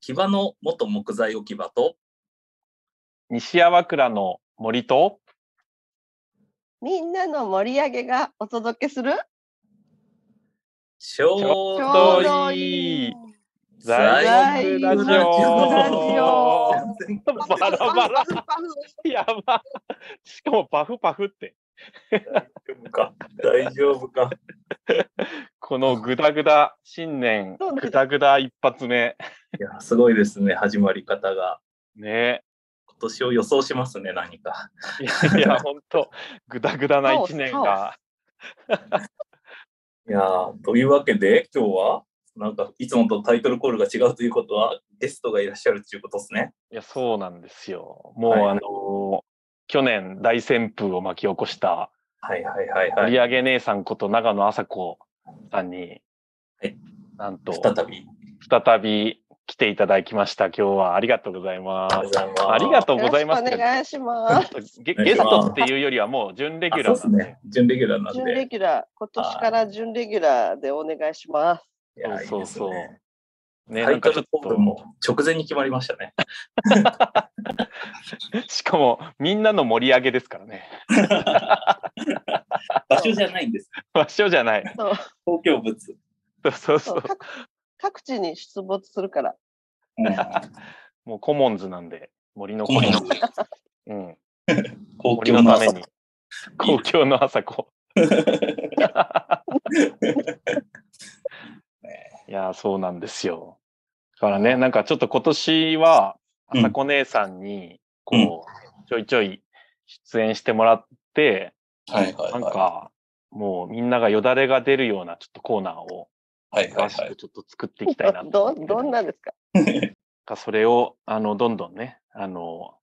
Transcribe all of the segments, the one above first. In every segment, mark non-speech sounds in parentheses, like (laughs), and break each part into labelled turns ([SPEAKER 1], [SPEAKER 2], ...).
[SPEAKER 1] 木場の元木材置き場と、
[SPEAKER 2] 西粟倉の森と、
[SPEAKER 3] みんなの盛り上げがお届けする
[SPEAKER 1] ちょう
[SPEAKER 2] ち
[SPEAKER 1] どいうい
[SPEAKER 2] ょどいい
[SPEAKER 1] 材
[SPEAKER 3] 材
[SPEAKER 1] 木
[SPEAKER 3] 木
[SPEAKER 1] ラ
[SPEAKER 3] ラ
[SPEAKER 1] ジ
[SPEAKER 3] ジ
[SPEAKER 1] オ
[SPEAKER 3] オ。
[SPEAKER 1] 全然
[SPEAKER 2] バラバラ。やば。しかもパフパフって。
[SPEAKER 1] 大丈夫か。
[SPEAKER 2] このグダグダ新年
[SPEAKER 3] そう、です
[SPEAKER 2] グダグダ一発目。
[SPEAKER 1] いや、すごいですね、始まり方が。
[SPEAKER 2] ね
[SPEAKER 1] 今年を予想しますね、何か。
[SPEAKER 2] いやい
[SPEAKER 1] (laughs)
[SPEAKER 2] や、ほんと、グダグダな一年が。
[SPEAKER 1] いやーというわけで、今日は、なんか、いつもとタイトルコールが違うということは、ゲストがいらっしゃるということですね。
[SPEAKER 2] いや、そうなんですよ。もう、
[SPEAKER 1] はい
[SPEAKER 2] あのー去年大旋風を巻き起こした、
[SPEAKER 1] はいはいはい
[SPEAKER 2] 盛
[SPEAKER 1] はい。
[SPEAKER 2] り上げ姉さんこと長野麻子さんに、
[SPEAKER 1] はい
[SPEAKER 2] なんと、
[SPEAKER 1] 再び、
[SPEAKER 2] 再び来ていただきました。今日はありがとうございま
[SPEAKER 1] あり
[SPEAKER 2] す。
[SPEAKER 1] がとうございます。
[SPEAKER 2] ありがとうご
[SPEAKER 3] よろ
[SPEAKER 2] ざい
[SPEAKER 3] しく
[SPEAKER 2] ます。
[SPEAKER 3] お願いします。
[SPEAKER 2] ゲゲストっていうよりはもう準レギュラ
[SPEAKER 1] あ
[SPEAKER 2] ー
[SPEAKER 1] そ
[SPEAKER 2] な
[SPEAKER 1] うんで
[SPEAKER 2] で。
[SPEAKER 1] すね、準レギュラーなん
[SPEAKER 3] 準レ
[SPEAKER 1] で。
[SPEAKER 3] ギュラー、今年から準レギュラーでお願いします。
[SPEAKER 1] いや
[SPEAKER 2] そうそうそう
[SPEAKER 1] いいですね
[SPEAKER 2] ね、
[SPEAKER 1] タ
[SPEAKER 2] なん
[SPEAKER 1] イト
[SPEAKER 2] かちょ
[SPEAKER 1] ル
[SPEAKER 2] っ
[SPEAKER 1] コール
[SPEAKER 2] と、
[SPEAKER 1] も直前に決まりましたね。
[SPEAKER 2] しかもみんなの盛り上げですからね。 (laughs)
[SPEAKER 1] (laughs) 場所じゃないんです。
[SPEAKER 2] 場所じゃない。
[SPEAKER 3] そう
[SPEAKER 1] 東京物。
[SPEAKER 2] そうそうそ
[SPEAKER 3] そう
[SPEAKER 2] う。
[SPEAKER 3] 各各地に出没するから。
[SPEAKER 2] (laughs) もうコモンズなんで、森の
[SPEAKER 1] こ
[SPEAKER 2] コモ
[SPEAKER 1] の
[SPEAKER 2] ンズ。うん、森のために。公共の朝子。いやー、そうなんですよ。だからね、なんかちょっと今年は、
[SPEAKER 1] うん
[SPEAKER 2] 朝子姉さんに、こう、ちょいちょい出演してもらって、
[SPEAKER 1] はいはい
[SPEAKER 2] なん
[SPEAKER 1] は
[SPEAKER 2] か、もうみんながよだれが出るようなちょっとコーナーを、
[SPEAKER 1] い。はいは
[SPEAKER 2] 詳
[SPEAKER 1] い
[SPEAKER 2] し
[SPEAKER 1] はい
[SPEAKER 2] く。ちょっと作っていきたいなと思
[SPEAKER 3] ど
[SPEAKER 2] ってる
[SPEAKER 3] ど
[SPEAKER 1] (laughs)
[SPEAKER 3] んなですか
[SPEAKER 2] かそれを、あの、どんどんね、あの、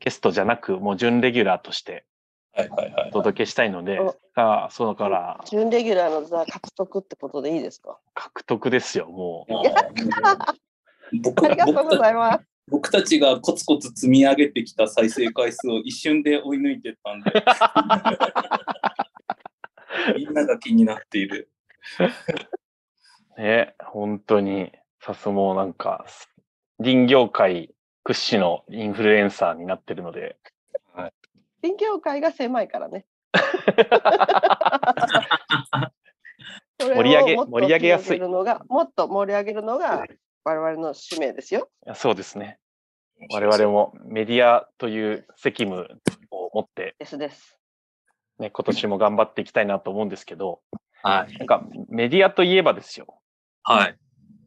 [SPEAKER 2] ゲストじゃなく、もう準レギュラーとして
[SPEAKER 1] はいはいは
[SPEAKER 2] お
[SPEAKER 1] い。
[SPEAKER 2] 届けしたいので
[SPEAKER 3] お、
[SPEAKER 2] さあ、そうだから、
[SPEAKER 3] 準レギュラーの座獲得ってことでいいですか
[SPEAKER 2] 獲得ですよ、もう。
[SPEAKER 1] やった僕
[SPEAKER 3] ありがとうございます。
[SPEAKER 1] 僕たちがコツコツ積み上げてきた再生回数を一瞬で追い抜いてったん
[SPEAKER 2] (laughs)
[SPEAKER 1] で。みんなが気になっている。
[SPEAKER 2] ね、本当に、さすもうなんか、林業界屈指のインフルエンサーになってるので、
[SPEAKER 3] 勉強会が狭いからね。それを
[SPEAKER 2] (laughs) 盛り上げ
[SPEAKER 3] もっと
[SPEAKER 2] 盛り上げやすい
[SPEAKER 3] 広るのがもっと盛り上げるのが我々の使命ですよ。
[SPEAKER 2] いやそうですね。我々もメディアという責務を持って、
[SPEAKER 3] ですです。
[SPEAKER 2] ね、今年も頑張っていきたいなと思うんですけど、
[SPEAKER 1] はい。
[SPEAKER 2] なんかメディアといえばですよ。
[SPEAKER 1] はい。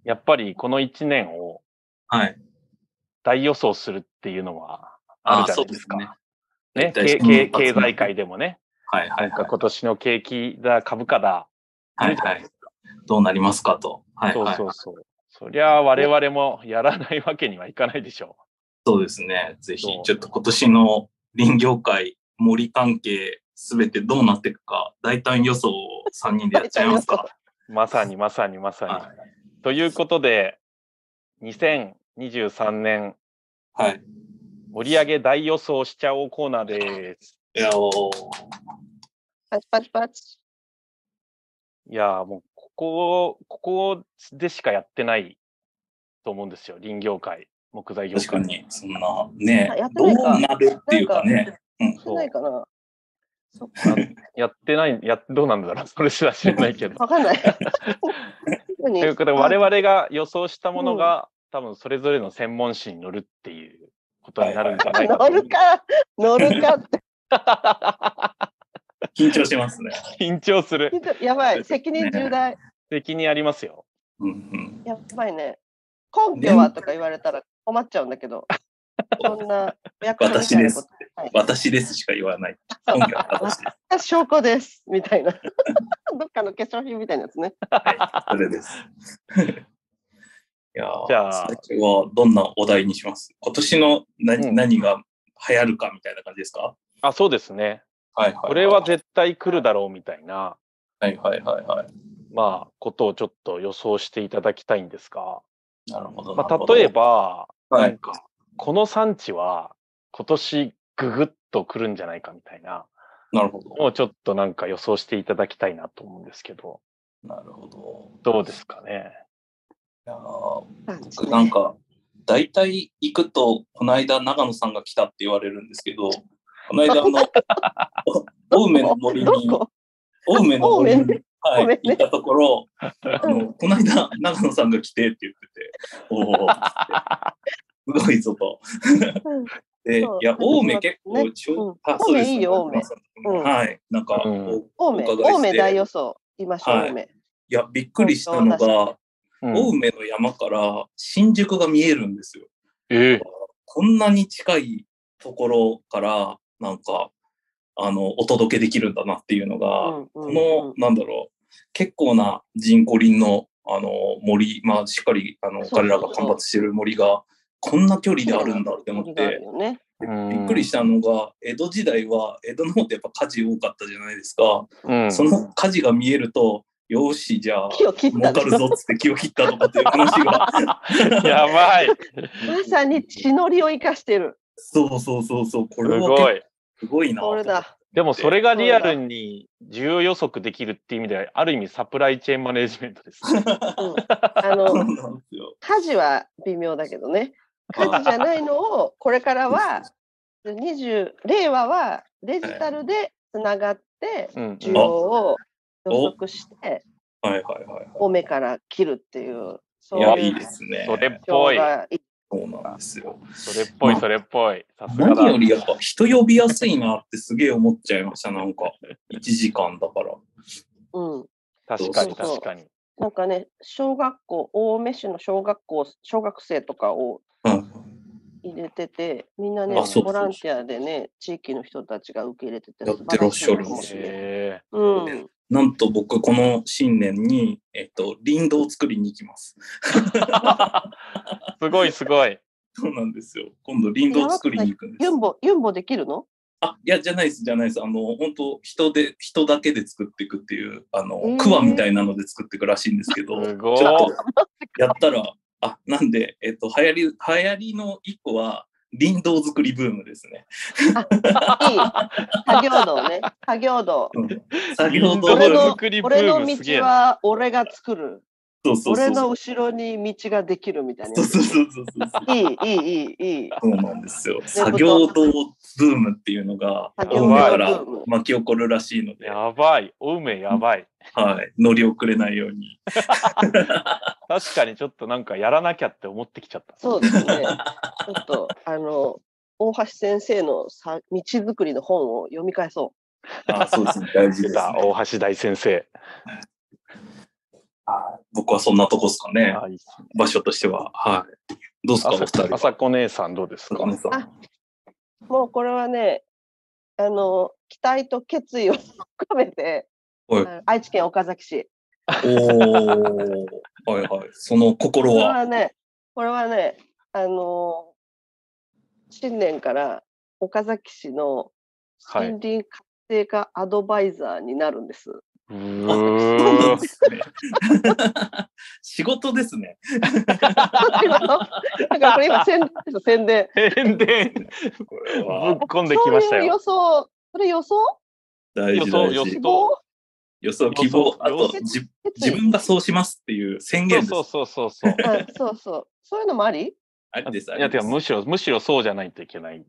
[SPEAKER 2] やっぱりこの1年を
[SPEAKER 1] はい。
[SPEAKER 2] 大予想するっていうのはあるじゃないですか。
[SPEAKER 1] あ
[SPEAKER 2] ね
[SPEAKER 1] そうですね大体そ
[SPEAKER 2] けけ
[SPEAKER 1] の
[SPEAKER 2] 経済界でもね、
[SPEAKER 1] はいはい
[SPEAKER 2] なんか
[SPEAKER 1] はい。
[SPEAKER 2] 今年の景気だ、株価だ、
[SPEAKER 1] はいはい。どうなりますかと。はい
[SPEAKER 2] そう
[SPEAKER 1] はい。
[SPEAKER 2] そうそう。そりゃあ我々もやらないわけにはいかないでしょ
[SPEAKER 1] そうですね。ぜひ
[SPEAKER 2] そう、
[SPEAKER 1] ちょっと今年の林業界、森関係、すべてどうなっていくか、大胆予想を3人でやっちゃいますか。
[SPEAKER 2] う。まさにまさにまさに。
[SPEAKER 1] は
[SPEAKER 2] ということで、2023年
[SPEAKER 1] い。はい、
[SPEAKER 2] 盛り上げ大予想しちゃおうコーナーです。
[SPEAKER 1] いやおー
[SPEAKER 3] パチパチパチ。
[SPEAKER 2] いやーもうここを、ここでしかやってないと思うんですよ。林業界、木材業
[SPEAKER 1] 確か
[SPEAKER 2] 界。
[SPEAKER 1] に、そんな、ね
[SPEAKER 3] あやっ、て
[SPEAKER 1] どう
[SPEAKER 3] ないか
[SPEAKER 1] なるっていうかね。
[SPEAKER 3] 少ないかな。そっ
[SPEAKER 2] あ
[SPEAKER 3] か。
[SPEAKER 2] やって (laughs) ない、やどうなんだろう、それすら知らないけど。
[SPEAKER 3] わかんない。
[SPEAKER 2] と
[SPEAKER 3] 何
[SPEAKER 2] いうことで、我々が予想したものが、多分それぞれの専門誌に載るっていうことになるんじゃないかと
[SPEAKER 3] 乗
[SPEAKER 2] 思う
[SPEAKER 3] るか乗るかって
[SPEAKER 1] 緊張しますね。
[SPEAKER 2] (laughs) 緊張する。
[SPEAKER 3] やばい責任重大
[SPEAKER 2] 責任ありますよ。
[SPEAKER 1] うんうん、
[SPEAKER 3] やばいね根拠はとか言われたら困っちゃうんだけどそんな役に立たないことはい
[SPEAKER 1] 私ですしか言わない。本家は私です。
[SPEAKER 3] 証拠ですみたいな (laughs) どっかの化粧品みたいなやつね
[SPEAKER 1] それです。いやー
[SPEAKER 2] じゃあ
[SPEAKER 1] 最初はどんなお題にします今年の何,、
[SPEAKER 2] うん
[SPEAKER 1] 何が流行るかみたいな感じですか
[SPEAKER 2] あ、そうですね。
[SPEAKER 1] はいはい、
[SPEAKER 2] これは絶対来るだろうみたいな、
[SPEAKER 1] はいはいはいはい。
[SPEAKER 2] まあ、ことをちょっと予想していただきたいんですが、
[SPEAKER 1] なるほど。
[SPEAKER 2] ま
[SPEAKER 1] なるほ
[SPEAKER 2] あ、
[SPEAKER 1] ど
[SPEAKER 2] 例え、ば、
[SPEAKER 1] は
[SPEAKER 2] なん
[SPEAKER 1] い、
[SPEAKER 2] か、この産地は今年ググッと来るんじゃないかみたいな
[SPEAKER 1] なるほど。
[SPEAKER 2] のをちょっとなんか予想していただきたいなと思うんですけど、
[SPEAKER 1] なるほど。
[SPEAKER 2] どうですかね。
[SPEAKER 1] いやー僕なんか、大体行くと、この間長野さんが来たって言われるんですけど、この間あの、
[SPEAKER 3] (laughs)
[SPEAKER 1] お青梅の森
[SPEAKER 3] ど
[SPEAKER 1] に、
[SPEAKER 3] こ
[SPEAKER 1] 青梅の森
[SPEAKER 3] 青梅
[SPEAKER 1] に、は
[SPEAKER 3] ごめん
[SPEAKER 1] い行
[SPEAKER 3] ね、
[SPEAKER 1] ったところ、あ
[SPEAKER 3] う
[SPEAKER 1] の、この間長野さんが来てって言ってて、おお、
[SPEAKER 3] (laughs)
[SPEAKER 1] すごいぞと。
[SPEAKER 3] うん
[SPEAKER 1] で、い
[SPEAKER 3] そう
[SPEAKER 1] や、青梅結
[SPEAKER 3] ね
[SPEAKER 1] 構、ち
[SPEAKER 3] う
[SPEAKER 1] ょ
[SPEAKER 3] ん
[SPEAKER 1] あそうです
[SPEAKER 3] 青梅いいよ青梅うん
[SPEAKER 1] はい、なんか、
[SPEAKER 2] うん
[SPEAKER 1] こう
[SPEAKER 3] 青梅、
[SPEAKER 1] お伺いして
[SPEAKER 3] 青梅大予想、言いましょう、
[SPEAKER 1] はい
[SPEAKER 3] 青梅。
[SPEAKER 1] いや、びっくりしたのが、
[SPEAKER 2] うん
[SPEAKER 1] 青梅の山から新宿が見えるんですよ。
[SPEAKER 2] ええ
[SPEAKER 1] こんなに近いところから、なんか、あの、お届けできるんだなっていうのが、この、なんだろう、結構な人工林の、あの、森、まあ、しっかり、あの、
[SPEAKER 3] そうそうそ
[SPEAKER 1] 彼
[SPEAKER 3] う
[SPEAKER 1] らが間伐してる森が、こんな距離であるんだって思っ
[SPEAKER 3] そうなんだ
[SPEAKER 1] て、
[SPEAKER 3] よね
[SPEAKER 1] びっくりしたのが、江戸時代は、江戸の方ってやっぱ火事多かったじゃないですか。
[SPEAKER 2] うん
[SPEAKER 1] その火事が見えると、よーし、じゃあ、
[SPEAKER 3] 木を切っ
[SPEAKER 1] 儲
[SPEAKER 3] た
[SPEAKER 1] かるぞっつって気を切ったとかっていう話が。
[SPEAKER 2] やばい。
[SPEAKER 3] まさに血のりを生かしてる。
[SPEAKER 1] そうそうそうそう、こ
[SPEAKER 2] す
[SPEAKER 1] れは
[SPEAKER 2] ごい。
[SPEAKER 1] すごいな。
[SPEAKER 3] これだ。
[SPEAKER 2] でもそれがリアルに需要予測できるっていう意味では、ある意味サプライチェーンマネジメント
[SPEAKER 1] (laughs)
[SPEAKER 2] です。
[SPEAKER 3] うんあ
[SPEAKER 1] そうな
[SPEAKER 3] の
[SPEAKER 1] んですよ。
[SPEAKER 3] 家事は微妙だけどね。家事じゃないのをこれからは20令和はデジタルでつながって
[SPEAKER 2] うん
[SPEAKER 3] 需要を予測して
[SPEAKER 1] はいはいはいは
[SPEAKER 3] 多めから切るっていうそう
[SPEAKER 1] い。いや、い
[SPEAKER 3] い
[SPEAKER 1] ういですね。
[SPEAKER 2] それっぽ
[SPEAKER 3] 情
[SPEAKER 2] い。
[SPEAKER 3] がいい
[SPEAKER 1] そうなんですよ。
[SPEAKER 2] それっぽい、それっぽい。さすが
[SPEAKER 1] 何
[SPEAKER 2] だ
[SPEAKER 1] よ。りやっぱ人呼びやすいなってすげえ思っちゃいました、なん
[SPEAKER 2] (laughs)
[SPEAKER 1] か。1時間だから。
[SPEAKER 3] うん。
[SPEAKER 2] 確かに、
[SPEAKER 3] そうそう
[SPEAKER 2] 確かに。
[SPEAKER 3] なんかね小学校青梅市の小学校小学生とかを
[SPEAKER 1] うん。
[SPEAKER 3] 入れててみんなね
[SPEAKER 1] あそうそうそう
[SPEAKER 3] ボランティアでね地域の人たちが受け入れてて
[SPEAKER 1] やってらっしゃるんです
[SPEAKER 3] 素晴らしいなと思ってね
[SPEAKER 2] へ
[SPEAKER 3] うん。
[SPEAKER 1] なんと僕、この新年に、えっと、林道を作りに行きます。
[SPEAKER 2] えすごい、すごい。
[SPEAKER 1] そうなんですよ。今度林道を作りに行くんです
[SPEAKER 3] ユ。ンボユンボできるの？
[SPEAKER 1] あ、いや、じゃないです、じゃないです。あの、本当人で、人だけで作っていくっていう、あの、
[SPEAKER 3] えー
[SPEAKER 1] クワみたいなので作っていくらしいんですけど、
[SPEAKER 2] すごい
[SPEAKER 1] ちょっと、やったら、あ、なんで、えっと、流行り、流行りの一個は、林道作りブームですね。
[SPEAKER 3] いい。作業道ね。作
[SPEAKER 1] (laughs)
[SPEAKER 3] 業道。
[SPEAKER 1] 作業道
[SPEAKER 3] 俺
[SPEAKER 1] 具
[SPEAKER 3] の
[SPEAKER 2] 作りブ
[SPEAKER 3] 俺
[SPEAKER 2] ー
[SPEAKER 3] の
[SPEAKER 2] ムすげえ
[SPEAKER 3] 道
[SPEAKER 2] な。
[SPEAKER 3] は俺が作る。
[SPEAKER 1] そうそうそう
[SPEAKER 3] 俺の後ろに道ができるみたいな
[SPEAKER 1] そう
[SPEAKER 3] やつ。
[SPEAKER 1] そうそうそうそうそう。
[SPEAKER 3] いい、いい、いい、いい。
[SPEAKER 1] そうなんですよ。
[SPEAKER 3] そ
[SPEAKER 1] 作
[SPEAKER 3] ういうこと
[SPEAKER 1] 業道ブームっていうのが、
[SPEAKER 3] 作
[SPEAKER 2] 業
[SPEAKER 1] 青
[SPEAKER 2] 道ブーム
[SPEAKER 1] 梅から巻き起こるらしいので、
[SPEAKER 2] やばい。お梅やばい。
[SPEAKER 1] はい、乗り遅れないように。
[SPEAKER 2] 確かにちょっとなんかやらなきゃって思ってきちゃった。
[SPEAKER 3] そ
[SPEAKER 2] (laughs)
[SPEAKER 3] うですね。ちょっと、あの、大橋先生のさ道づくりの本を読み返そ
[SPEAKER 1] あ、そうですね、大事
[SPEAKER 2] (laughs)
[SPEAKER 1] です、
[SPEAKER 2] 出た、
[SPEAKER 1] ね。
[SPEAKER 2] 大橋大先生。
[SPEAKER 1] はい僕はそんなとこですかね。
[SPEAKER 2] あいいっすね
[SPEAKER 1] 場所としては。はい。どうですか、お二人
[SPEAKER 2] あ
[SPEAKER 1] は。
[SPEAKER 2] さこ姉さんどうですか
[SPEAKER 1] 坂根さん
[SPEAKER 3] あう。もうこれはね、あの、期待と決意を込めて、
[SPEAKER 1] はい
[SPEAKER 3] あの愛知県岡崎市。
[SPEAKER 1] おお。はいはい。その心
[SPEAKER 3] これ
[SPEAKER 1] は。
[SPEAKER 3] はね、これはね、あのー新年から岡崎市の
[SPEAKER 2] はい
[SPEAKER 3] 森林活性化アドバイザーになるんです。 (laughs)
[SPEAKER 2] う
[SPEAKER 1] そうなん
[SPEAKER 2] ー
[SPEAKER 1] ですね仕事ですね。
[SPEAKER 3] 今のなんかこれ今宣伝ですよ宣伝。
[SPEAKER 2] 変で
[SPEAKER 1] これ
[SPEAKER 2] ぶ
[SPEAKER 1] は
[SPEAKER 2] っ込んできました
[SPEAKER 3] そういう
[SPEAKER 2] よ。
[SPEAKER 3] 予想、それ予想
[SPEAKER 1] 大事大
[SPEAKER 2] 予想
[SPEAKER 1] 事
[SPEAKER 3] 希。望
[SPEAKER 1] 予想希望
[SPEAKER 2] 予。想
[SPEAKER 1] あと
[SPEAKER 2] 予想
[SPEAKER 1] じ
[SPEAKER 3] 決
[SPEAKER 1] 自
[SPEAKER 3] 意
[SPEAKER 1] 分がそうしますっていう宣
[SPEAKER 2] そ
[SPEAKER 1] 言
[SPEAKER 2] う
[SPEAKER 1] です
[SPEAKER 2] そう。そうそうそう。
[SPEAKER 3] うんそうそう。そういうのもあり
[SPEAKER 1] ありです。あ
[SPEAKER 2] いや
[SPEAKER 1] り
[SPEAKER 2] て
[SPEAKER 1] で
[SPEAKER 2] か
[SPEAKER 1] す。
[SPEAKER 2] むしろむしろそうじゃないといけない。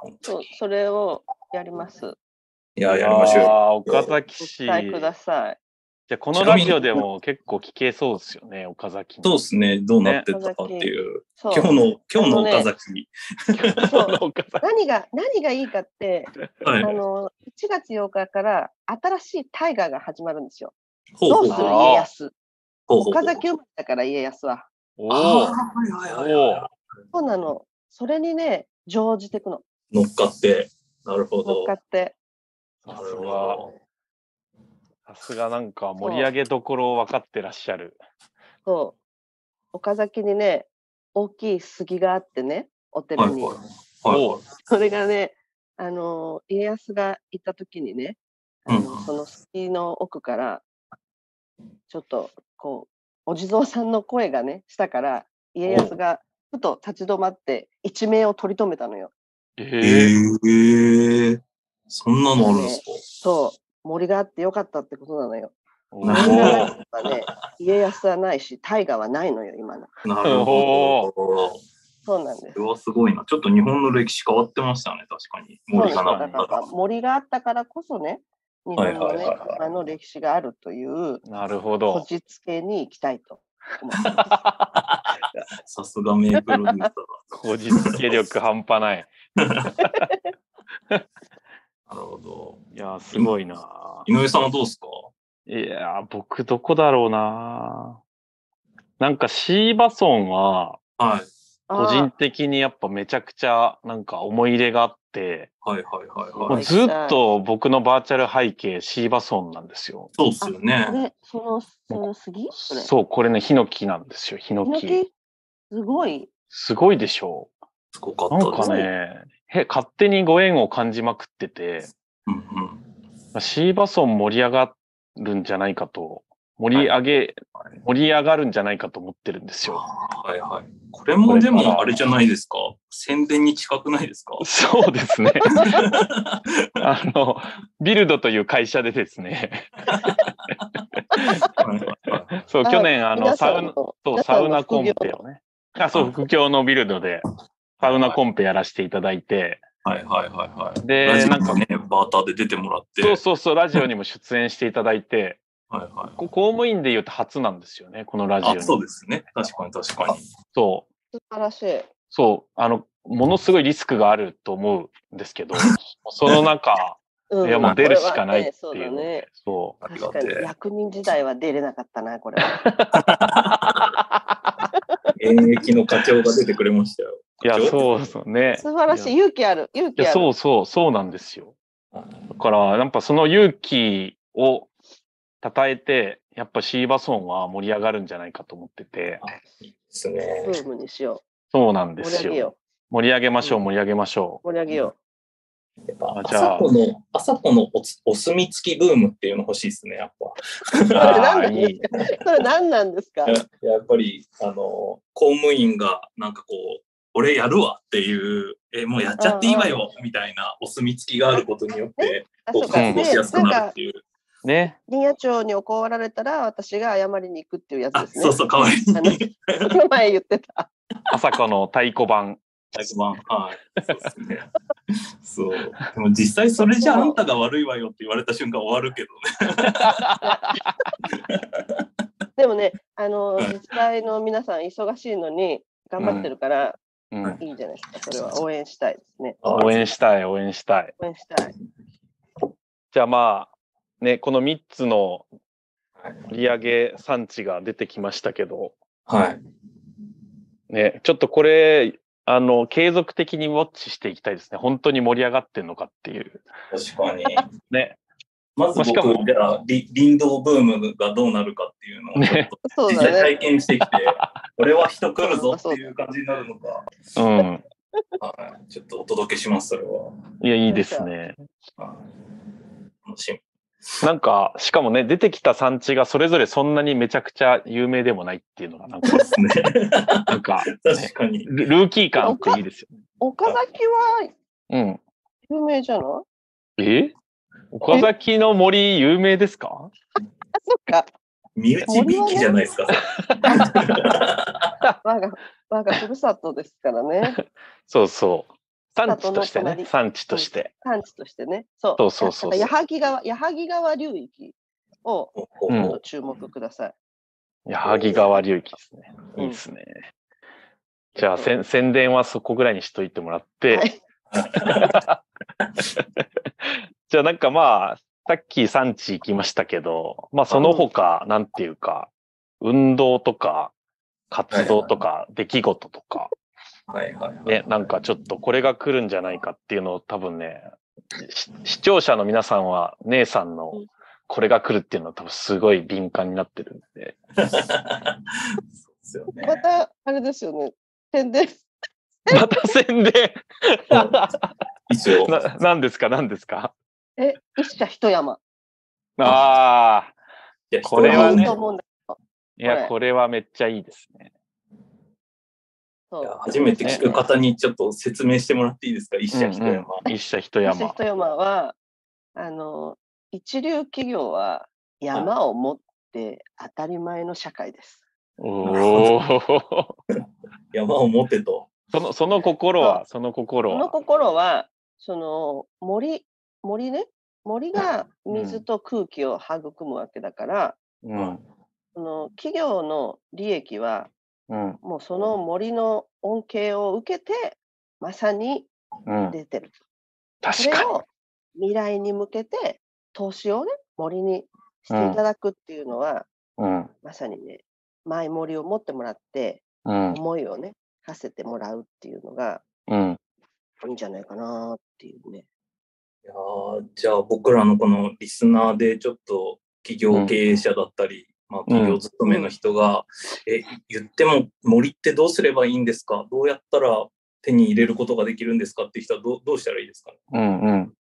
[SPEAKER 1] 本当
[SPEAKER 3] そ
[SPEAKER 1] (laughs)
[SPEAKER 3] う
[SPEAKER 1] に、
[SPEAKER 3] それをやります。
[SPEAKER 1] いや、やりましょ
[SPEAKER 2] あー岡崎
[SPEAKER 3] お
[SPEAKER 2] 市。じ
[SPEAKER 3] 伝えくだ
[SPEAKER 2] ゃ
[SPEAKER 3] さい。
[SPEAKER 2] あこのラジオでも結構聞けそうですよね、岡
[SPEAKER 1] う。
[SPEAKER 2] 崎の。
[SPEAKER 1] そうですね。どうなってったかっていう。
[SPEAKER 3] そう
[SPEAKER 1] 今日の、今日の
[SPEAKER 3] あのね
[SPEAKER 1] 岡崎。
[SPEAKER 3] そう
[SPEAKER 2] (laughs) 岡崎。
[SPEAKER 3] 何が何がいいかって、
[SPEAKER 1] は
[SPEAKER 3] あ
[SPEAKER 1] い。
[SPEAKER 3] の1月8日から新しい大河が始まるんですよ。
[SPEAKER 1] ほ
[SPEAKER 3] どう
[SPEAKER 1] う
[SPEAKER 3] す
[SPEAKER 1] ほ
[SPEAKER 3] る
[SPEAKER 1] う。
[SPEAKER 3] 家康。
[SPEAKER 1] ほうほうほ
[SPEAKER 3] 岡
[SPEAKER 1] う。
[SPEAKER 3] 崎生まれだから家康は。
[SPEAKER 2] お
[SPEAKER 1] あー
[SPEAKER 2] お。
[SPEAKER 1] はいはいはい
[SPEAKER 2] お
[SPEAKER 1] はい
[SPEAKER 2] ー。
[SPEAKER 3] そうなの。それにね、乗じてくの。
[SPEAKER 1] 乗っかって。なるほ
[SPEAKER 3] 乗
[SPEAKER 1] ど
[SPEAKER 3] っか。って。
[SPEAKER 2] さ
[SPEAKER 1] な
[SPEAKER 2] す
[SPEAKER 1] るほ
[SPEAKER 2] が。
[SPEAKER 1] ど。
[SPEAKER 2] さすがなんか盛り上げどころを分かってらっしゃる。
[SPEAKER 3] そう。岡崎にね、大きい杉があってね、お寺
[SPEAKER 1] はい
[SPEAKER 3] に。
[SPEAKER 1] はい。はい
[SPEAKER 2] おう
[SPEAKER 3] それがね、あのー、家康が行った時にね、あの
[SPEAKER 1] うん
[SPEAKER 3] その杉の奥から、ちょっと、こう、お地蔵さんの声がね、したから、家康が、ふと立ち止まって、一命を取り留めたのよ。
[SPEAKER 2] ええ
[SPEAKER 1] ええそんなのあるんですか (laughs)
[SPEAKER 3] そう、森があってよかったってことなのよ。
[SPEAKER 2] お
[SPEAKER 1] なる
[SPEAKER 3] みん
[SPEAKER 1] ほ
[SPEAKER 3] な
[SPEAKER 1] ど
[SPEAKER 3] なんかね、家康はないし、大河はないのよ、今の。
[SPEAKER 1] なるほど。
[SPEAKER 3] そうなんです
[SPEAKER 1] そ。れはすごいな。ちょっと日本の歴史変わってましたね、確かに。森
[SPEAKER 3] そ
[SPEAKER 1] が
[SPEAKER 3] う
[SPEAKER 1] な
[SPEAKER 3] なん
[SPEAKER 1] か
[SPEAKER 3] で
[SPEAKER 1] っ
[SPEAKER 3] す
[SPEAKER 1] た
[SPEAKER 3] だから
[SPEAKER 1] ら。
[SPEAKER 3] 森があったからこそね、日本の
[SPEAKER 1] はいはい
[SPEAKER 3] ね
[SPEAKER 1] はいはい、
[SPEAKER 3] あの歴史があるという、
[SPEAKER 2] なるほ
[SPEAKER 3] こ
[SPEAKER 2] ど。
[SPEAKER 3] じつけに行きたいと思ってます。
[SPEAKER 1] さすが名プロデューサー
[SPEAKER 2] こじつけ力半端ない。
[SPEAKER 1] だ。なるほど。
[SPEAKER 2] いやー、すごいな
[SPEAKER 1] 井上さんはどうですか
[SPEAKER 2] ー。いやー、僕どこだろうなー。なんかシーバソンは、
[SPEAKER 1] はい。
[SPEAKER 2] 個
[SPEAKER 3] あ
[SPEAKER 2] 人
[SPEAKER 3] ー
[SPEAKER 2] 的にやっぱめちゃくちゃなんか思い入れがあって、
[SPEAKER 1] はいはいはい
[SPEAKER 2] も
[SPEAKER 1] は
[SPEAKER 2] う
[SPEAKER 1] い。
[SPEAKER 2] ずっと僕のバーチャル背景シーバソンなんですよ。
[SPEAKER 1] そうっすよ
[SPEAKER 3] こ
[SPEAKER 1] ね。
[SPEAKER 3] れ、その、その杉それ。
[SPEAKER 2] そう、これね、ヒノキなんですよ、ヒノ
[SPEAKER 3] ヒノ
[SPEAKER 2] キ。
[SPEAKER 3] キすごい。
[SPEAKER 2] すごいでしょ
[SPEAKER 1] すごか
[SPEAKER 2] う。な
[SPEAKER 1] っ
[SPEAKER 2] ん
[SPEAKER 1] たで
[SPEAKER 2] か
[SPEAKER 1] す。
[SPEAKER 2] ね、へ勝手にご縁を感じまくってて、
[SPEAKER 1] うんうん
[SPEAKER 2] シーバソン盛り上がるんじゃないかと、盛り上げ、
[SPEAKER 1] はい
[SPEAKER 2] 盛り上がるんじゃないかと思ってるんですよ。
[SPEAKER 1] はいはい。これもでもあれじゃないですか。宣伝に近くないです
[SPEAKER 2] (laughs)
[SPEAKER 1] か
[SPEAKER 2] (laughs) そうですね。あの、ビルドという会社でです (laughs) ね、
[SPEAKER 1] はいはいはい
[SPEAKER 2] そう、去年、あの、
[SPEAKER 3] 皆
[SPEAKER 2] サ
[SPEAKER 3] さ
[SPEAKER 2] ウ
[SPEAKER 3] ん
[SPEAKER 2] ナ
[SPEAKER 3] の、
[SPEAKER 2] そう
[SPEAKER 3] 皆
[SPEAKER 2] サ
[SPEAKER 3] さ
[SPEAKER 2] ウ
[SPEAKER 3] んの
[SPEAKER 2] ナコ
[SPEAKER 3] 副
[SPEAKER 2] ン
[SPEAKER 3] 業
[SPEAKER 2] ペをね、あそう、副業のビルドで、サウナコンペやらせていただいて、
[SPEAKER 1] はいはいはいはい。
[SPEAKER 2] で
[SPEAKER 1] ラジオ
[SPEAKER 2] なんか
[SPEAKER 1] もね、バーターで出てもらって。
[SPEAKER 2] そうそうそう、ラジオにも出演していただいて、
[SPEAKER 1] はいは
[SPEAKER 2] こ公務員で言うと初なんですよね、このラジオ
[SPEAKER 1] い。
[SPEAKER 2] に。
[SPEAKER 1] あ、そうですね。確かに確かに。
[SPEAKER 2] そう。
[SPEAKER 3] 素晴らしい。
[SPEAKER 2] そう、あの、ものすごいリスクがあると思うんです
[SPEAKER 3] (laughs)
[SPEAKER 2] けど、その中、
[SPEAKER 3] う
[SPEAKER 2] いやもう出るしかないって
[SPEAKER 3] こ
[SPEAKER 2] い
[SPEAKER 3] れはね
[SPEAKER 2] う
[SPEAKER 3] そうだ
[SPEAKER 1] あ
[SPEAKER 2] そう。
[SPEAKER 3] ね。
[SPEAKER 1] り
[SPEAKER 3] 確
[SPEAKER 1] が
[SPEAKER 3] か
[SPEAKER 1] て
[SPEAKER 3] に
[SPEAKER 1] え。
[SPEAKER 3] 役人時代は出れなかったな、これは。
[SPEAKER 1] 現役の課長が出てくれましたよ。
[SPEAKER 2] いや
[SPEAKER 1] 課、長
[SPEAKER 2] そうそうね。
[SPEAKER 3] 素晴らしい。
[SPEAKER 2] い
[SPEAKER 3] 勇気ある。勇気
[SPEAKER 2] や、
[SPEAKER 3] ある。
[SPEAKER 2] そうそう、そうなんですよ。
[SPEAKER 1] はい
[SPEAKER 2] だから、やっぱその勇気を称えて、やっぱシーバソンは盛り上がるんじゃないかと思ってて、
[SPEAKER 1] ですね
[SPEAKER 3] ブ。ームにしよ
[SPEAKER 2] そうなん
[SPEAKER 3] う。
[SPEAKER 2] で
[SPEAKER 3] 盛り
[SPEAKER 2] す
[SPEAKER 3] 上げよ
[SPEAKER 2] よ。盛り上げましょう、
[SPEAKER 3] うん
[SPEAKER 2] 盛り上げましょ
[SPEAKER 3] う。盛り上げよ
[SPEAKER 1] やっぱ
[SPEAKER 2] あ、じゃあ
[SPEAKER 1] 朝子の、朝子のおつお墨付きブームっていうの欲しいですね、やっぱ。
[SPEAKER 2] う。
[SPEAKER 3] (laughs) な
[SPEAKER 2] ああ
[SPEAKER 3] んだ
[SPEAKER 2] ー、いい。
[SPEAKER 3] う。それ何なんですか
[SPEAKER 1] いややっぱり、あの、公務員が、なんかこう、俺やるわっていう、え、もうやっちゃっていいわよ、みたいなお墨付きがあることによって、
[SPEAKER 3] あ、
[SPEAKER 1] こ
[SPEAKER 3] そう
[SPEAKER 1] う、
[SPEAKER 3] か。
[SPEAKER 1] 覚
[SPEAKER 3] で、
[SPEAKER 1] 悟しやすくな
[SPEAKER 3] な
[SPEAKER 1] んるっ
[SPEAKER 3] か、
[SPEAKER 1] ていう。
[SPEAKER 2] ね。
[SPEAKER 3] 林野町に怒られたら、私が謝りに行くっていうやつ
[SPEAKER 1] あ、
[SPEAKER 3] ですね。
[SPEAKER 1] そうそう、代わり
[SPEAKER 3] あの
[SPEAKER 1] に。
[SPEAKER 3] この (laughs) 前言ってた。
[SPEAKER 2] 朝子の太鼓判。
[SPEAKER 1] 100万。はい。そうですね。そう。でも実際それじゃあんたが悪いわよって言われた瞬間終わるけどね。
[SPEAKER 3] でもね、あの、
[SPEAKER 1] はい
[SPEAKER 3] 自治体の皆さん忙しいのに頑張ってるから、
[SPEAKER 2] うん
[SPEAKER 1] はい
[SPEAKER 3] いいじゃないですか。それは応援したいですね。
[SPEAKER 2] 応援したい、応援したい。
[SPEAKER 3] 応援したい。
[SPEAKER 2] じゃあまあ、ね、この3つの
[SPEAKER 1] はい
[SPEAKER 2] 売り上げ産地が出てきましたけど、
[SPEAKER 1] はい。
[SPEAKER 2] ね、ちょっとこれ、あの、継続的にウォッチしていきたいですね。本当に盛り上がってんのかっていう。
[SPEAKER 1] 確かに。
[SPEAKER 2] ね。
[SPEAKER 1] まず
[SPEAKER 2] まあしかも
[SPEAKER 1] 僕、じゃあ、り林道ブームがどうなるかっていうのを、
[SPEAKER 2] ね
[SPEAKER 3] そう
[SPEAKER 1] 実際
[SPEAKER 3] だね。
[SPEAKER 1] 体験して
[SPEAKER 3] (laughs)
[SPEAKER 1] きて、これは人来るぞっていう感じになるのか。
[SPEAKER 2] うん。
[SPEAKER 1] はい。ちょっとお届けします、それは。
[SPEAKER 2] いや、いいですね。
[SPEAKER 1] はい楽しみ。
[SPEAKER 2] なんか、しかもね、出てきた産地がそれぞれそんなにめちゃくちゃ有名でもないっていうのが、なんか、
[SPEAKER 1] で
[SPEAKER 2] (laughs)
[SPEAKER 1] す
[SPEAKER 3] (laughs)
[SPEAKER 1] ね。
[SPEAKER 2] なんか、ね
[SPEAKER 1] 確かに。
[SPEAKER 2] ルルーキー感っていいですよ
[SPEAKER 3] 岡崎は
[SPEAKER 2] ね。
[SPEAKER 3] 有名じゃない (laughs) あ、
[SPEAKER 2] うん。え岡崎の森有名ですか
[SPEAKER 3] そっか。
[SPEAKER 1] 身内びいきじゃないですか。 (laughs)
[SPEAKER 3] 我が、我がふるさとですからね。
[SPEAKER 2] そうそう。産地として
[SPEAKER 3] 里の
[SPEAKER 2] ね。
[SPEAKER 3] 隣
[SPEAKER 2] 産 (laughs) 地として。
[SPEAKER 3] 産地としてね。そう。
[SPEAKER 2] そうそうそうそう
[SPEAKER 3] だから矢作川、矢作川流域を
[SPEAKER 1] こう
[SPEAKER 2] うん
[SPEAKER 3] ちょっと注目ください。
[SPEAKER 2] 矢作川流域ですね。
[SPEAKER 3] うん
[SPEAKER 2] いいですね。じゃあ、せん宣伝はそこぐらいにしといてもらって、
[SPEAKER 3] はい
[SPEAKER 2] (laughs) じゃあなんかまあ、さっき産地行きましたけど、まあその他、なんていうか、運動とか、活動とか、出来事とか、
[SPEAKER 1] はいはい。
[SPEAKER 2] ね、なんかちょっとこれが来るんじゃないかっていうのを多分ね、し視聴者の皆さんは姉さんのこれが来るっていうのは多分すごい敏感になってるんで、
[SPEAKER 1] そうですよね。
[SPEAKER 3] また、あれですよね。宣伝、
[SPEAKER 2] (laughs) また宣伝
[SPEAKER 1] 一応。
[SPEAKER 2] な何ですか何ですか
[SPEAKER 3] え、一社一山。
[SPEAKER 2] ああ、
[SPEAKER 1] いや
[SPEAKER 2] これはね
[SPEAKER 3] いいと思うんだ
[SPEAKER 2] いや、
[SPEAKER 3] こ
[SPEAKER 2] これはめっちゃいいですね。
[SPEAKER 3] そう
[SPEAKER 1] いや初めて聞く方にちょっと説明してもらっていいですか、一社一山。
[SPEAKER 2] うんうん一社一
[SPEAKER 3] 一社
[SPEAKER 2] 山。
[SPEAKER 3] 一山は、あの、一流企業は山を持って当たり前の社会です。
[SPEAKER 2] お
[SPEAKER 1] (laughs)
[SPEAKER 2] お。
[SPEAKER 1] 山を持ってと。
[SPEAKER 2] その、その心は、その心
[SPEAKER 3] この
[SPEAKER 2] は。
[SPEAKER 3] 心は、その森、森ね、森が
[SPEAKER 2] うん
[SPEAKER 3] 水と空気を育むわけだから、
[SPEAKER 1] うん。
[SPEAKER 3] その企業の利益は、
[SPEAKER 1] うん。
[SPEAKER 3] もうその森の恩恵を受けて、まさに
[SPEAKER 1] うん。
[SPEAKER 3] 出てる。
[SPEAKER 2] 確
[SPEAKER 3] それ
[SPEAKER 2] かに。
[SPEAKER 3] を未来に向けて投資をね、森にしていただくっていうのは、
[SPEAKER 1] うん。
[SPEAKER 3] まさにね、マイ森を持ってもらって、
[SPEAKER 1] うん。
[SPEAKER 3] 思いをね、馳せてもらうっていうのが
[SPEAKER 1] うん。
[SPEAKER 3] いいんじゃないかなっていうね。
[SPEAKER 1] いやーじゃあ僕らのこのリスナーでちょっと企業経営者だったり、まあ、企業勤めの人が、え言っても森ってどうすればいいんですかどうやったら手に入れることができるんですかって人はどうどうしたらいいですかね
[SPEAKER 2] うんうん。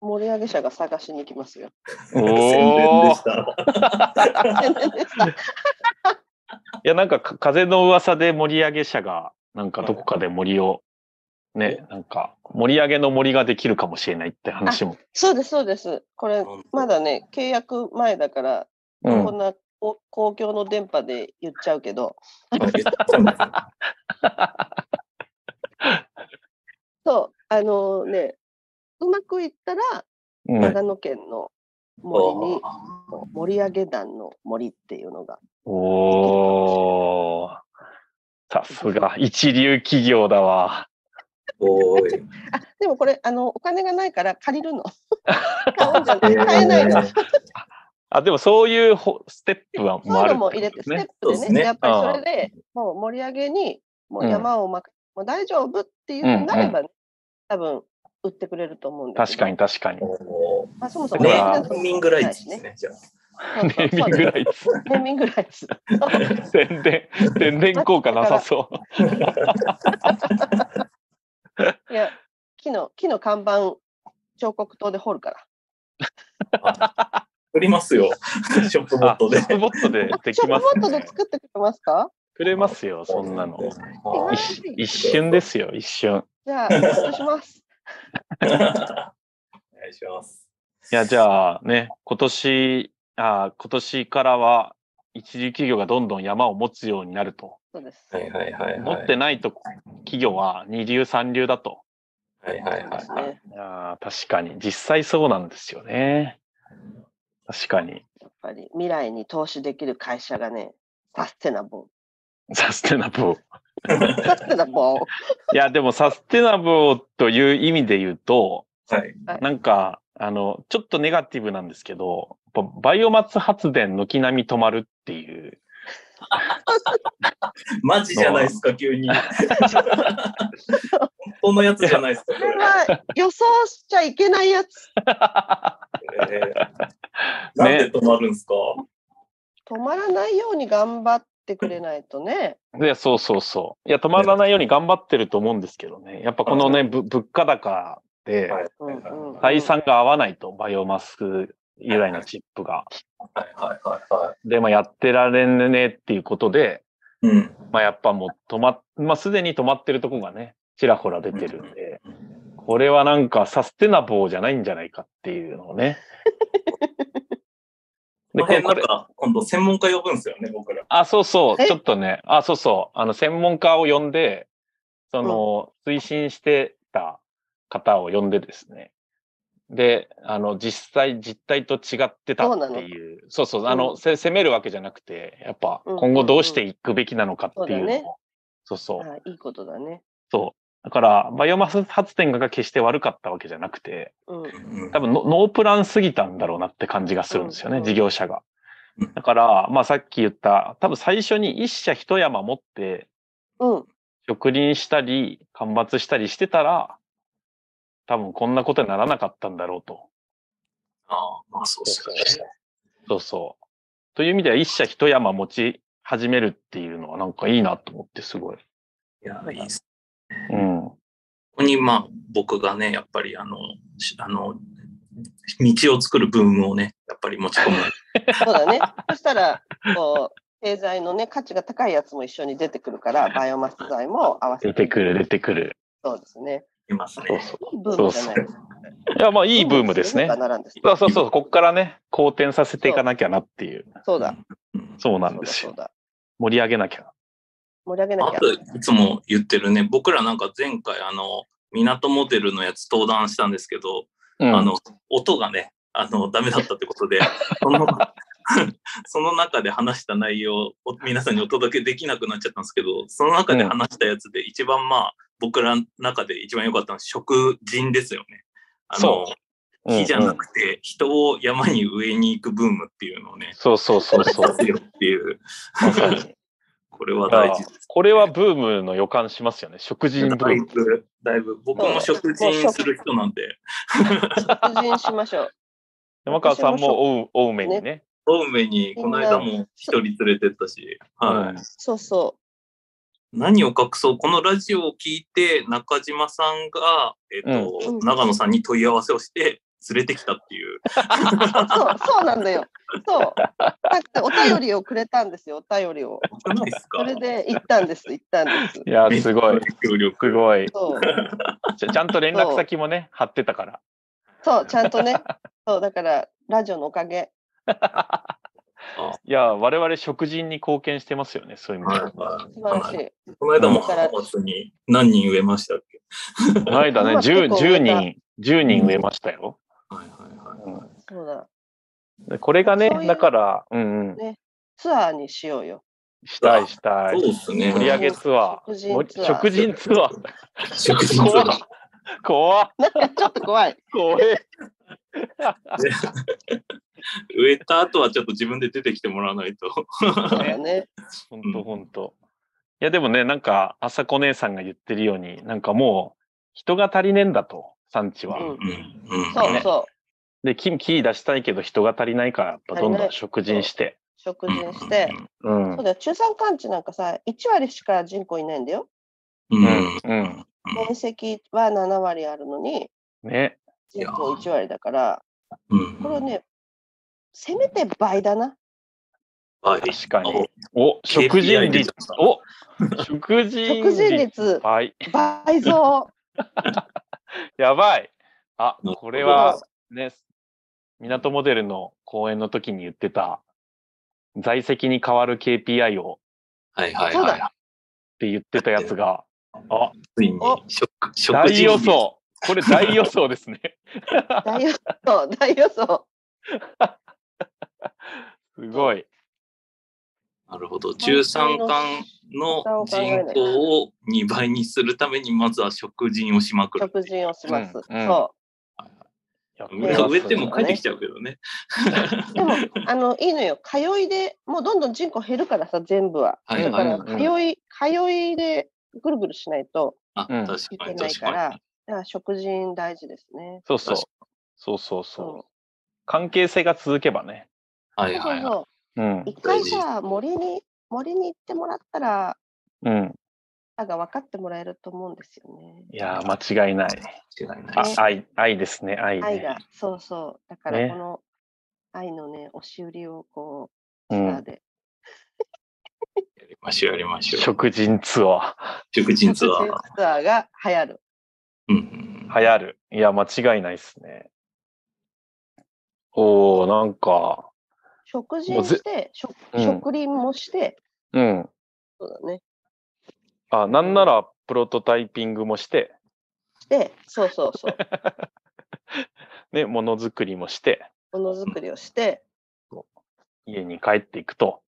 [SPEAKER 3] 盛り上げ者が探しに行きま
[SPEAKER 2] (laughs)
[SPEAKER 3] すよ。
[SPEAKER 1] (laughs) 宣伝
[SPEAKER 2] おお
[SPEAKER 1] でし。た。
[SPEAKER 2] (laughs) いや、なんかか、風の噂で盛り上げ者が、なんかどこかで森を、ね、なんか、盛り上げの森ができるかもしれないって話も。
[SPEAKER 3] そうです、そうです。これ、まだね、契約前だから、
[SPEAKER 2] うん
[SPEAKER 3] こんなこ公共の電波で言っちゃうけど、
[SPEAKER 1] あ言ったんですね
[SPEAKER 3] そう、あのね、うまくいったら、
[SPEAKER 2] うん
[SPEAKER 3] 長野県の森に、
[SPEAKER 1] あ
[SPEAKER 3] 盛り上げ団の森っていうのが、
[SPEAKER 2] おー。さすが、一流企業だわ。
[SPEAKER 1] ーおーい。
[SPEAKER 3] あでもこれ、あのお金がないから借りるの。
[SPEAKER 2] (laughs)
[SPEAKER 3] 買うんじゃな
[SPEAKER 1] え
[SPEAKER 3] い
[SPEAKER 1] ー
[SPEAKER 3] 買えないの。
[SPEAKER 2] あ、でもそういうほステップは
[SPEAKER 3] そう
[SPEAKER 2] も
[SPEAKER 3] い
[SPEAKER 2] あ
[SPEAKER 3] う
[SPEAKER 2] る
[SPEAKER 3] のも入れて、ス
[SPEAKER 2] ね
[SPEAKER 3] テップで
[SPEAKER 1] そうで
[SPEAKER 3] ね、
[SPEAKER 1] すね
[SPEAKER 3] やっぱりそれでもう盛り上げに、もう山をまく、もう大丈夫っていうのになれば、ね多分売ってくれると思うんだけ
[SPEAKER 2] 確
[SPEAKER 3] ど
[SPEAKER 2] かに、確かに。
[SPEAKER 1] お
[SPEAKER 3] まあ、そもそ
[SPEAKER 1] ー
[SPEAKER 3] も
[SPEAKER 2] だ
[SPEAKER 1] ネ
[SPEAKER 2] から
[SPEAKER 1] ーミングライツですね、じゃあ。
[SPEAKER 3] そう
[SPEAKER 2] ネーミングライツ。
[SPEAKER 3] そうネーミングライツ。そう
[SPEAKER 2] 宣伝、宣伝効果なさそう。
[SPEAKER 3] いや、木の、木の看板、彫刻刀で彫るから。
[SPEAKER 1] 売ります
[SPEAKER 2] (laughs)
[SPEAKER 1] よ、ショップボ
[SPEAKER 2] あ
[SPEAKER 1] ッ、トで。
[SPEAKER 2] スボットでで
[SPEAKER 3] ショ
[SPEAKER 2] き
[SPEAKER 3] ッ
[SPEAKER 2] ま
[SPEAKER 3] プ
[SPEAKER 2] す
[SPEAKER 3] ボット
[SPEAKER 2] ね
[SPEAKER 3] で。作ってくれますか
[SPEAKER 2] くれますよ、そんなの。
[SPEAKER 1] (laughs)
[SPEAKER 2] (laughs)
[SPEAKER 1] は
[SPEAKER 3] はい
[SPEAKER 2] 一一瞬ですよ、一瞬。
[SPEAKER 3] じゃあ、お願いします。
[SPEAKER 1] お願いします。
[SPEAKER 2] いや、じゃあね、今年、あ今年からは、一流企業がどんどん山を持つようになると。
[SPEAKER 3] そうです。
[SPEAKER 1] はいはいはい、はい。
[SPEAKER 2] 持ってないと、企業は二流三流だと。
[SPEAKER 1] はいはい
[SPEAKER 3] そう
[SPEAKER 1] は
[SPEAKER 3] です
[SPEAKER 1] いはい。
[SPEAKER 3] ね。
[SPEAKER 2] いやー確かに、実際そうなんですよね。確かに、
[SPEAKER 3] やっぱり未来に投資できる会社がね、サステナブ
[SPEAKER 2] サステナブル。
[SPEAKER 3] ル。サステナブル。
[SPEAKER 2] いや、でもサステナブルという意味で言うと、
[SPEAKER 1] はい。
[SPEAKER 2] なんか、あの、ちょっとネガティブなんですけど、やっぱバイオマス発電軒並み止まるっていう、
[SPEAKER 1] マジじゃないですか、急 (laughs) に。本当のやつじゃないですか、こ
[SPEAKER 3] これは予想しちゃいけないやつ。
[SPEAKER 1] れ。えーなんで止まるんですか、
[SPEAKER 3] 止まらないように頑張ってくれないとね。
[SPEAKER 2] いや、そうそうそう。いや、止まらないように頑張ってると思うんですけどね。やっぱこのね、ぶ物価高で、
[SPEAKER 1] はい
[SPEAKER 3] うんうんうん
[SPEAKER 2] 採算が合わないと、バイオマス由来のチップが。
[SPEAKER 1] はいはいはいは
[SPEAKER 2] で、まあ、やってられんねっていうことで、
[SPEAKER 1] い。うん。
[SPEAKER 2] まあ、やっぱもう止まっ、まあ、すでに止まってるとこがね、ちらほら出てるんで、これはなんかサステナブルじゃないんじゃないかっていうのを
[SPEAKER 3] (laughs)
[SPEAKER 2] ね。
[SPEAKER 1] で、
[SPEAKER 2] で、
[SPEAKER 1] これ
[SPEAKER 2] こ
[SPEAKER 1] なん
[SPEAKER 2] れ、
[SPEAKER 1] か、今度専門家呼ぶんですよね、僕ら。
[SPEAKER 2] あ、そうそう、
[SPEAKER 3] え
[SPEAKER 2] ちょっとね、あ、そうそう、あの、専門家を呼んで、その、推進してた方を呼んでですね。で、あの、実際、実態と違ってたっていう、そうそう、あの、
[SPEAKER 3] うん
[SPEAKER 2] せ責めるわけじゃなくて、やっぱ、
[SPEAKER 3] うん
[SPEAKER 2] 今後どうしていくべきなのかっていう
[SPEAKER 3] そう
[SPEAKER 2] の
[SPEAKER 3] だね
[SPEAKER 2] を、そうそう、
[SPEAKER 3] あいいことだね。
[SPEAKER 2] そう。だから、バイオマス発電が決して悪かったわけじゃなくて、
[SPEAKER 3] うん。
[SPEAKER 1] うん
[SPEAKER 2] 多分ノノープランすぎたんだろうなって感じがするんですよね、
[SPEAKER 3] うん
[SPEAKER 2] 事業者が
[SPEAKER 1] うん。
[SPEAKER 2] だから、まあさっき言った、多分最初に一社一山持って、
[SPEAKER 3] うん。
[SPEAKER 2] 植林したり、間伐したりしてたら、多分こんなことにならなかったんだろうと。
[SPEAKER 1] ああ、まあそうですよね。
[SPEAKER 2] そうそう。という意味では一社一山持ち始めるっていうのはなんかいいなと思ってすごい。
[SPEAKER 1] いや、いいっす。
[SPEAKER 2] うん。
[SPEAKER 1] ここに、まあ、僕がね、やっぱり、あの、しあの、道を作るブームをね、やっぱり持ち込む。
[SPEAKER 3] そうだね。 (laughs) そしたら、こう、経済のね、価値が高いやつも一緒に出てくるから、バイオマス材も合わせ
[SPEAKER 2] 出
[SPEAKER 3] て
[SPEAKER 2] てくる、出てくる。
[SPEAKER 3] そうですね。
[SPEAKER 1] います
[SPEAKER 2] そう
[SPEAKER 1] ね。
[SPEAKER 2] そう。
[SPEAKER 3] いいブームじゃないですか。
[SPEAKER 2] いや、まあいいブームですね
[SPEAKER 3] どう。ならんです
[SPEAKER 2] そうそうそう、ここからね、好転させていかなきゃなっていう。
[SPEAKER 3] そうだ。
[SPEAKER 2] そうなんです
[SPEAKER 3] そう
[SPEAKER 2] よ。
[SPEAKER 3] だ。
[SPEAKER 2] 盛り上げなきゃ。
[SPEAKER 3] そうだ盛り上げな
[SPEAKER 1] あ
[SPEAKER 3] きゃ。
[SPEAKER 1] と、いつも言ってるね、僕らなんか前回、あの、港モデルのやつ登壇したんですけど、
[SPEAKER 2] うん
[SPEAKER 1] あの、音がね、あの、ダメだったってこと
[SPEAKER 2] (laughs)
[SPEAKER 1] で、その、 (laughs) その中で話した内容を皆さんにお届けできなくなっちゃったんですけど、その中で話したやつで一番まあ、僕らの中で一番良かったのは食人ですよね。あの
[SPEAKER 2] そ、うん
[SPEAKER 1] 火じゃ
[SPEAKER 2] う
[SPEAKER 1] なんくて人を山に植えに行くブームっていうのをね、
[SPEAKER 2] そうそうそ
[SPEAKER 1] (laughs)
[SPEAKER 2] うそ
[SPEAKER 3] (laughs)
[SPEAKER 1] さ
[SPEAKER 2] う。
[SPEAKER 1] せようっていう、
[SPEAKER 2] まさに
[SPEAKER 1] これは大事です。
[SPEAKER 2] これはブームの予感しますよね。食人ブ
[SPEAKER 1] だい
[SPEAKER 2] ーム。
[SPEAKER 1] ぶ、だいぶ、僕も食人する人なんで、
[SPEAKER 3] 出陣しましょう。
[SPEAKER 2] 山川さんもおう多めにね。
[SPEAKER 1] 青梅にこの間も一人連れてったし、はい。
[SPEAKER 2] うん
[SPEAKER 3] そうそ
[SPEAKER 1] 何を隠そう、このラジオを聞いて、中島さんが、えっ、と、
[SPEAKER 3] うん
[SPEAKER 1] 長野さんに問い合わせをして、連れてきたっていう。
[SPEAKER 3] う。そうそうそうなんだよ。そう。だってお便りをくれたんですよ。お便りを。
[SPEAKER 1] よくないですか
[SPEAKER 3] それで行ったんです。行ったんです。
[SPEAKER 2] いや、すごい。。
[SPEAKER 1] 協
[SPEAKER 2] す
[SPEAKER 1] 力。
[SPEAKER 3] (laughs)
[SPEAKER 2] ごい。 (laughs)
[SPEAKER 3] そう。
[SPEAKER 2] ちゃちゃんと連絡先もね、貼ってたから。
[SPEAKER 3] そう、ちゃんとね。そう、だから、ラジオのおかげ。
[SPEAKER 2] いや、我々食人に貢献してますよね、そういう意味では。
[SPEAKER 1] は
[SPEAKER 3] 素晴らしい。
[SPEAKER 1] この間も浜松に何人植えましたっけ、
[SPEAKER 2] この間ね、
[SPEAKER 3] 今結
[SPEAKER 2] 10,
[SPEAKER 3] 構
[SPEAKER 2] 10
[SPEAKER 3] 植え
[SPEAKER 2] 人、10人植えましたよ。
[SPEAKER 1] はいはいはい。
[SPEAKER 2] うん
[SPEAKER 3] そうだ。
[SPEAKER 2] でこれがね
[SPEAKER 3] そういう、
[SPEAKER 2] だから、うんうん、
[SPEAKER 3] ツアーにしようよ。
[SPEAKER 2] したいした
[SPEAKER 1] そうで
[SPEAKER 2] い。
[SPEAKER 1] すね。
[SPEAKER 2] 盛り上げツア
[SPEAKER 3] 食
[SPEAKER 2] ー。も
[SPEAKER 3] 人ツアー
[SPEAKER 2] 食人ツアー。
[SPEAKER 1] 食事
[SPEAKER 2] 怖っ怖っ
[SPEAKER 3] なんかちょっと怖い。
[SPEAKER 2] 怖え。
[SPEAKER 1] 植えた後はちょっと自分で出てきてもらわないと。
[SPEAKER 3] そうだね。
[SPEAKER 2] ほんとほんと。いや、でもね、なんか、あさこ姉さんが言ってるように、なんかもう、人が足りねえんだと、産地は。
[SPEAKER 3] うん
[SPEAKER 1] うんうん
[SPEAKER 3] そうそう。
[SPEAKER 2] で、木、木出したいけど人が足りないから、やっぱどんどん食人して。
[SPEAKER 3] 食事して。
[SPEAKER 2] うん。。
[SPEAKER 3] そううだよ。中山間地なんかさ、1割しか人口いないんだよ。
[SPEAKER 1] うんん。
[SPEAKER 2] うん。
[SPEAKER 3] 面積は7割あるのに、
[SPEAKER 2] ね。
[SPEAKER 3] 人口1割だから、
[SPEAKER 1] うん。
[SPEAKER 3] これね、せめて倍だな。
[SPEAKER 1] はい。
[SPEAKER 2] 確かに。お、食人
[SPEAKER 1] KPI 出ち
[SPEAKER 2] 率
[SPEAKER 1] ゃっ。た
[SPEAKER 2] お、食人
[SPEAKER 3] 食事
[SPEAKER 2] 率。
[SPEAKER 3] 率
[SPEAKER 2] 倍。(laughs)
[SPEAKER 3] 倍増。
[SPEAKER 2] やばい。あ、
[SPEAKER 1] なるほど
[SPEAKER 2] これは、ね、港モデルの講演の時に言ってた、在籍に変わる KPI を
[SPEAKER 1] はいはい
[SPEAKER 3] そう
[SPEAKER 1] はい
[SPEAKER 3] だ。
[SPEAKER 2] って言ってたやつが、あ、
[SPEAKER 1] ついに
[SPEAKER 3] お
[SPEAKER 1] 食食
[SPEAKER 2] 大
[SPEAKER 1] 事
[SPEAKER 2] 予想。これ大予想ですね。
[SPEAKER 3] 大予想、大予想。
[SPEAKER 2] すごい。
[SPEAKER 1] なるほど。13巻の人口を2倍にするために、まずは食人をしまくる。
[SPEAKER 3] 食事をします。
[SPEAKER 2] うんうん
[SPEAKER 3] そ
[SPEAKER 1] 植
[SPEAKER 3] ね
[SPEAKER 1] えても帰ってきちゃうけどね。
[SPEAKER 3] う。でも、あの、いいのよ。通いで、もうどんどん人口減るからさ、全部は。
[SPEAKER 1] は
[SPEAKER 2] う
[SPEAKER 1] い
[SPEAKER 2] ん
[SPEAKER 3] だか
[SPEAKER 1] はい
[SPEAKER 3] ら、
[SPEAKER 1] はい。
[SPEAKER 3] 通い、通いでぐるぐるしないと
[SPEAKER 1] あ、
[SPEAKER 2] うん
[SPEAKER 1] 確
[SPEAKER 3] い
[SPEAKER 1] か
[SPEAKER 3] け
[SPEAKER 1] に
[SPEAKER 3] ない
[SPEAKER 1] 確
[SPEAKER 3] か
[SPEAKER 1] からに。、
[SPEAKER 3] だから食事大事ですね。
[SPEAKER 2] そうそう
[SPEAKER 1] 確。
[SPEAKER 2] そうそうそう。
[SPEAKER 3] そ
[SPEAKER 2] 関係性が続けばね。
[SPEAKER 1] は
[SPEAKER 3] う。
[SPEAKER 1] い
[SPEAKER 3] そう
[SPEAKER 1] は
[SPEAKER 3] そう
[SPEAKER 1] いはい。
[SPEAKER 3] そう。
[SPEAKER 2] うん。
[SPEAKER 3] 一回さ、森に、森に行ってもらったら、
[SPEAKER 2] うん。
[SPEAKER 3] なんか分かってもらえると思うんですよね。
[SPEAKER 2] いやー、間違いない。
[SPEAKER 1] 違いない
[SPEAKER 2] あ
[SPEAKER 1] です。
[SPEAKER 2] 愛、愛ですね、愛、ね。
[SPEAKER 3] 愛が、そうそう。だから、
[SPEAKER 2] ね
[SPEAKER 3] この愛のね、押し売りをこう、
[SPEAKER 2] う
[SPEAKER 3] ツアー
[SPEAKER 2] ん。
[SPEAKER 3] で。
[SPEAKER 1] やりましょうやりましょう。
[SPEAKER 2] 食人ツア
[SPEAKER 1] 食人ツア
[SPEAKER 3] 食
[SPEAKER 1] ー
[SPEAKER 3] 事。ツアーが流行る。
[SPEAKER 1] うんうん
[SPEAKER 2] ー。流行る。いや、間違いないですね。おー、なんか、
[SPEAKER 3] 食事
[SPEAKER 2] もうぜ
[SPEAKER 3] して、食
[SPEAKER 2] うん
[SPEAKER 3] 食林もして、
[SPEAKER 2] うん。
[SPEAKER 3] そうだね。
[SPEAKER 2] あ、なんなら、プロトタイピングもして、
[SPEAKER 3] して、そうそうそう。
[SPEAKER 2] ね、ものづくりもして、
[SPEAKER 3] ものづくりをして、
[SPEAKER 2] 家に帰っていくと。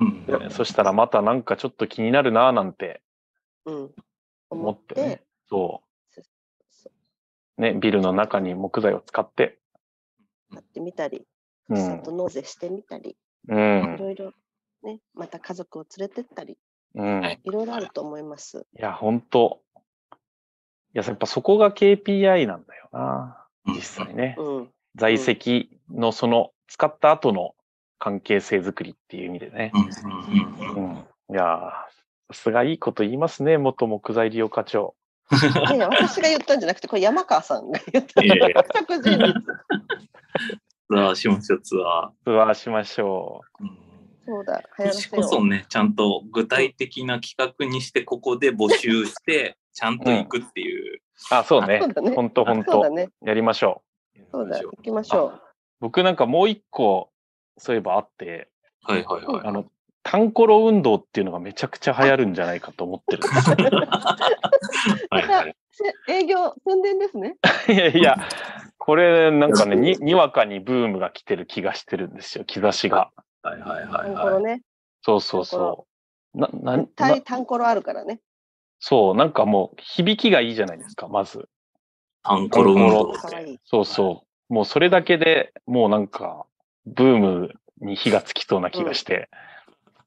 [SPEAKER 1] うんうん。
[SPEAKER 2] そしたらまたなんかちょっと気になるなーなんて
[SPEAKER 3] うん。
[SPEAKER 2] 思
[SPEAKER 3] 思
[SPEAKER 2] っ
[SPEAKER 3] ってて、
[SPEAKER 2] ね。そ
[SPEAKER 3] そうそう
[SPEAKER 2] う。ね、ビルの中に木材を使って。
[SPEAKER 3] やってみたり、
[SPEAKER 2] う
[SPEAKER 3] ふるさ
[SPEAKER 2] ん
[SPEAKER 3] と。納税してみたり、
[SPEAKER 2] う
[SPEAKER 3] い
[SPEAKER 2] ん。
[SPEAKER 3] ろいろ、ね、また家族を連れてったり、
[SPEAKER 2] うん。
[SPEAKER 1] はい
[SPEAKER 2] い
[SPEAKER 3] いろいろあると思います。
[SPEAKER 2] や、ほんと。いや、やっぱそこが KPI なんだよな。実際ね。
[SPEAKER 3] うん。
[SPEAKER 2] 在籍のその使った後の関係性づくりっていう意味でね
[SPEAKER 1] う。んうんうんう。
[SPEAKER 2] うんん。いやー、さすがいいこと言いますね、元木材利用課長。
[SPEAKER 3] いやいや、私が言ったんじゃなくて、これ山川さんが言った。
[SPEAKER 1] いやいや
[SPEAKER 3] 食事率。
[SPEAKER 1] ツアーしましょうツア
[SPEAKER 2] ツアーしましょ
[SPEAKER 1] ー。うん
[SPEAKER 3] そうだ、
[SPEAKER 1] 今
[SPEAKER 3] 流行ら
[SPEAKER 1] 年
[SPEAKER 3] せ
[SPEAKER 1] こそ
[SPEAKER 3] よ
[SPEAKER 1] ね、ちゃんと具体的な企画にして、ここで募
[SPEAKER 3] (laughs)
[SPEAKER 1] 集して、ちゃんと行くっていう。
[SPEAKER 2] う。あ、そう
[SPEAKER 3] う。
[SPEAKER 2] ね
[SPEAKER 3] そう。だね。
[SPEAKER 2] ほんとほん
[SPEAKER 3] そうだ
[SPEAKER 2] と。
[SPEAKER 3] ね。
[SPEAKER 2] やりましょ
[SPEAKER 1] いう
[SPEAKER 3] そうだ、
[SPEAKER 1] 話を
[SPEAKER 3] 行きましょう。
[SPEAKER 2] 僕なんかもう一個、そういえばあって、
[SPEAKER 1] はいはいはい。
[SPEAKER 2] あの、単コロ運動っていうのがめちゃくちゃ流行るんじゃないかと思ってるんですよ
[SPEAKER 1] はいはい。
[SPEAKER 3] (laughs) せ営業、宣伝ですね。
[SPEAKER 2] いやいや、これなんかね
[SPEAKER 1] いや
[SPEAKER 2] に、にわかにブームが来てる気がしてるんですよ、兆しが。
[SPEAKER 1] はいはい
[SPEAKER 3] タ
[SPEAKER 1] はい
[SPEAKER 3] ンコ
[SPEAKER 1] は
[SPEAKER 3] ロ
[SPEAKER 1] い。
[SPEAKER 3] ね。
[SPEAKER 2] そうそうそう。な、な、な
[SPEAKER 3] 絶対タンコロあるからね。
[SPEAKER 2] そう、なんかもう響きがいいじゃないですか、まず。
[SPEAKER 1] タンコロ運動
[SPEAKER 3] かわいい。
[SPEAKER 2] そうそう。もうそれだけでもうなんか、ブームに火がつきそうな気がして。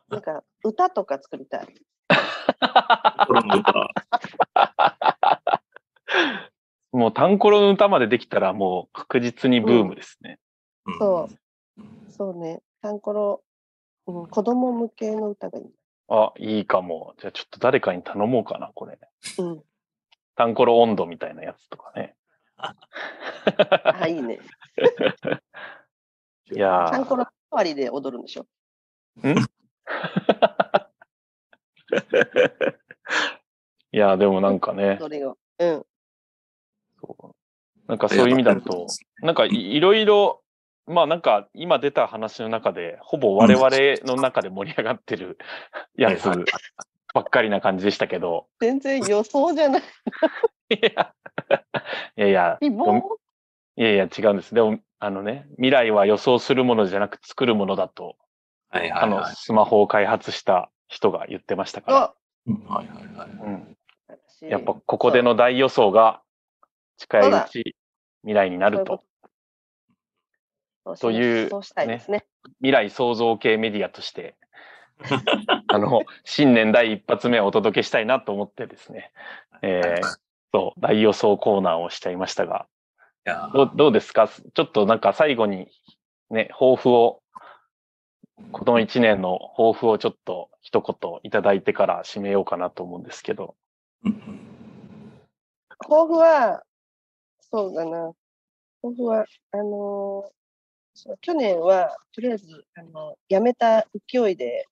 [SPEAKER 3] なんか歌とか作りたい。
[SPEAKER 1] コロの歌。
[SPEAKER 2] もうタンコロの歌までできたらもう確実にブームですね。
[SPEAKER 1] うん
[SPEAKER 3] そそうね。タンコロ、うん、子供向けの歌がいい。
[SPEAKER 2] あ、いいかも。じゃあちょっと誰かに頼もうかな、これ。 (laughs)
[SPEAKER 3] うん。
[SPEAKER 2] タンコロ温度みたいなやつとかね。
[SPEAKER 3] (laughs) あ、いいね。
[SPEAKER 2] いや
[SPEAKER 3] タンコ
[SPEAKER 2] ー
[SPEAKER 3] ロ代わりで踊るんでしょ。
[SPEAKER 2] いやーでもなんかね、
[SPEAKER 3] 踊りを。うん。
[SPEAKER 2] そうなんかそういう意味だと、なんかいいろいろ、まあなんか今出た話の中で、ほぼ我々の中で盛り上がってるやつ
[SPEAKER 1] はいは
[SPEAKER 2] ばっかりな感じでしたけど、
[SPEAKER 3] 全然予想じ
[SPEAKER 2] (laughs)
[SPEAKER 3] ゃない。
[SPEAKER 2] いやいやいや、
[SPEAKER 3] 希望
[SPEAKER 2] いやいや違うんです。でも、あのね、未来は予想するものじゃなく作るものだと、
[SPEAKER 1] はいは
[SPEAKER 2] あ
[SPEAKER 1] い
[SPEAKER 2] の
[SPEAKER 1] は、い
[SPEAKER 2] スマホを開発した人が言ってましたか
[SPEAKER 3] あ
[SPEAKER 1] うんはいはいはい。
[SPEAKER 2] ら、うん、
[SPEAKER 3] 私
[SPEAKER 2] やっぱここでの大予想が近いうち未来になると。
[SPEAKER 3] そうい
[SPEAKER 2] という
[SPEAKER 3] うことそうしそうしたいですね。
[SPEAKER 2] 未来創造系メディアと (laughs) して、あの、新年第一発目をお届けしたいなと思ってですね、えーそう、大予想コーナーをしちゃいましたが、
[SPEAKER 1] いや
[SPEAKER 2] どうどうですかちょっとなんか最後に、ね、抱負を、この一年の抱負をちょっと一言いただいてから締めようかなと思うんですけど、
[SPEAKER 1] うん
[SPEAKER 3] 抱負は、そうだな。抱負は、あのーそう去年は、とりあえず、あの辞めた勢
[SPEAKER 2] (laughs)
[SPEAKER 3] いで、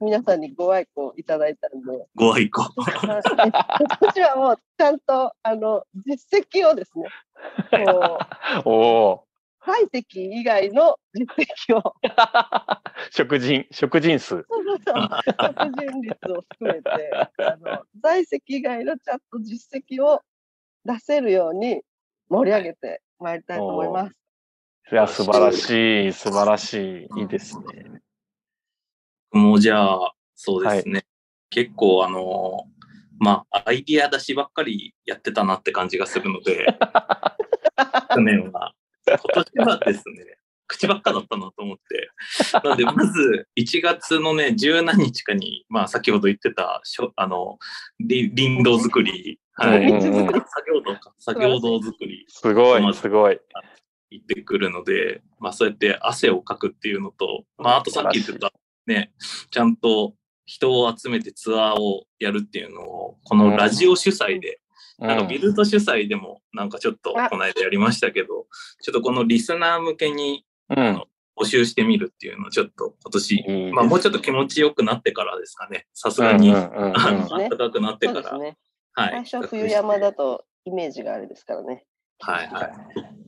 [SPEAKER 3] 皆さんにご愛顧いただいたんで、
[SPEAKER 1] ご愛顧。
[SPEAKER 3] まあ私はもうちゃんとあの実績をですね、こう、
[SPEAKER 2] おお
[SPEAKER 3] 体積以外の実績を、
[SPEAKER 2] (laughs) ー食人、食人数。
[SPEAKER 3] 確人率を含めて、あの在籍以外のちゃんと実績を出せるように盛り上げてまいりたいと思います。
[SPEAKER 2] いや、素晴らしい、素晴らしい。いいですね。
[SPEAKER 1] もうじゃあ、そうですね。結構あのー、まあ、アイディア出しばっかりやってたなって感じがするので、去年は。今年はですね、口ばっかだったなと思って。なので、まず1月のね、十何日かに、まあ、先ほど言ってた、しょあの、り林道作り、は
[SPEAKER 2] うん
[SPEAKER 1] い、
[SPEAKER 2] うんうん
[SPEAKER 1] 作業道か、作業道作り
[SPEAKER 2] すごい、すごい。
[SPEAKER 1] 行ってくるので、まあ、そうやって汗をかくっていうのと、まあ、あとさっき言ってた、ね、ちゃんと人を集めてツアーをやるっていうのを、このラジオ主催で、なんかビルド主催でも、なんかちょっと
[SPEAKER 3] あ
[SPEAKER 1] この間やりましたけど、ちょっとこのリスナー向けに
[SPEAKER 2] うん、
[SPEAKER 1] 募集してみるっていうのをちょっと今年、
[SPEAKER 2] うん。いいです
[SPEAKER 1] まあ、もうちょっと気持ちよくなってからですかね、さすが
[SPEAKER 2] うん
[SPEAKER 1] に。 (laughs)
[SPEAKER 2] うんうんうん
[SPEAKER 1] あ
[SPEAKER 3] そうです
[SPEAKER 1] の
[SPEAKER 3] ね
[SPEAKER 1] 暖かくなって
[SPEAKER 3] そう
[SPEAKER 1] か
[SPEAKER 3] です
[SPEAKER 1] ら、
[SPEAKER 3] ね。
[SPEAKER 1] はい
[SPEAKER 3] 最初は冬山だとイメージがあれですからね。
[SPEAKER 1] はいはい、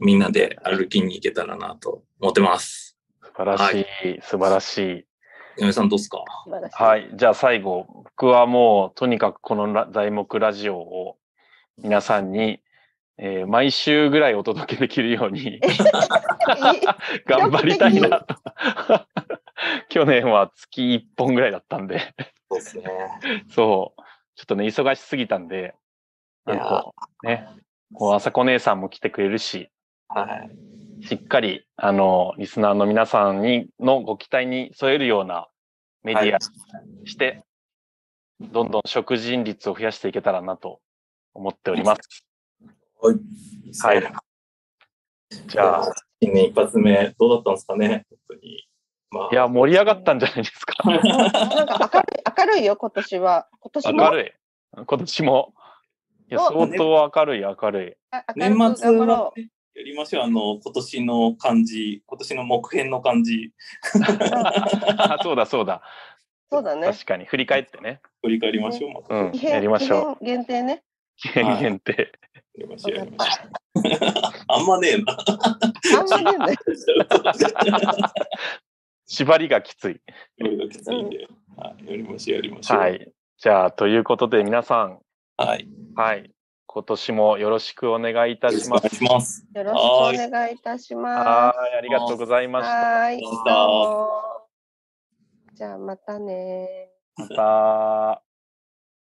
[SPEAKER 1] みんなで歩きに行けたらなと思ってます。
[SPEAKER 2] 素晴らしい、素晴らしい。
[SPEAKER 1] 嫁さんどうですか
[SPEAKER 3] 素晴らしい。
[SPEAKER 2] はい。じゃあ最後、僕はもう、とにかくこのラ材木ラジオを皆さんに、えー毎週ぐらいお届けできるように頑張りたいなと。 (laughs) 去年は月1本ぐらいだったんで、
[SPEAKER 1] そうですね。
[SPEAKER 2] そう。ちょっとね、忙しすぎたんで、なんかね、こう、あさこ姉さんも来てくれるし、
[SPEAKER 1] はい。
[SPEAKER 2] しっかり、あの、リスナーの皆さんにのご期待に添えるようなメディアにして、どんどん食人率を増やしていけたらなと思っております。
[SPEAKER 1] はい。
[SPEAKER 2] はい。じゃあ、、
[SPEAKER 1] 新年一発目、どうだったんですかね本当に。まあ、
[SPEAKER 2] いや、盛り上がったんじゃないですか。
[SPEAKER 3] (laughs) なんか明るい明るいよ、今年は。今年も
[SPEAKER 2] 明るい。今年も。いや、
[SPEAKER 3] お
[SPEAKER 2] 相当明るい、明
[SPEAKER 3] (laughs)
[SPEAKER 2] る
[SPEAKER 3] あ明る
[SPEAKER 1] 年
[SPEAKER 3] く
[SPEAKER 1] 末
[SPEAKER 3] 頑張
[SPEAKER 1] は
[SPEAKER 3] ろ
[SPEAKER 1] ね、やりましょう。あの、今年の漢字、今年の目編の漢字、
[SPEAKER 3] う。うん
[SPEAKER 2] い。あそうだ、そうだ。
[SPEAKER 3] そうだね。
[SPEAKER 2] 確かに、振り返ってね。
[SPEAKER 1] 振り返りましょう。また
[SPEAKER 2] うん、
[SPEAKER 3] 期
[SPEAKER 2] やりましょ
[SPEAKER 3] 期限限定ね。
[SPEAKER 2] う。期限限定。
[SPEAKER 4] やりました、やりました。
[SPEAKER 1] (laughs) あんまねえな。
[SPEAKER 2] (laughs)
[SPEAKER 3] あんまり言うね。
[SPEAKER 2] 縛りがきつい。
[SPEAKER 4] これがきついんで。はい、やりましょう、やりましょう。
[SPEAKER 2] は。い。じゃあ、ということで皆さん、
[SPEAKER 1] はい。
[SPEAKER 2] はい。今年もよろしくお願いいたし
[SPEAKER 1] お
[SPEAKER 2] ま
[SPEAKER 1] 願
[SPEAKER 2] す。
[SPEAKER 1] いします。
[SPEAKER 3] よろしくお願いいたしま
[SPEAKER 2] は
[SPEAKER 3] す。
[SPEAKER 2] い。ありがとうございました。
[SPEAKER 3] はーい。
[SPEAKER 1] どう
[SPEAKER 3] どうもじゃあまたねー。
[SPEAKER 2] また。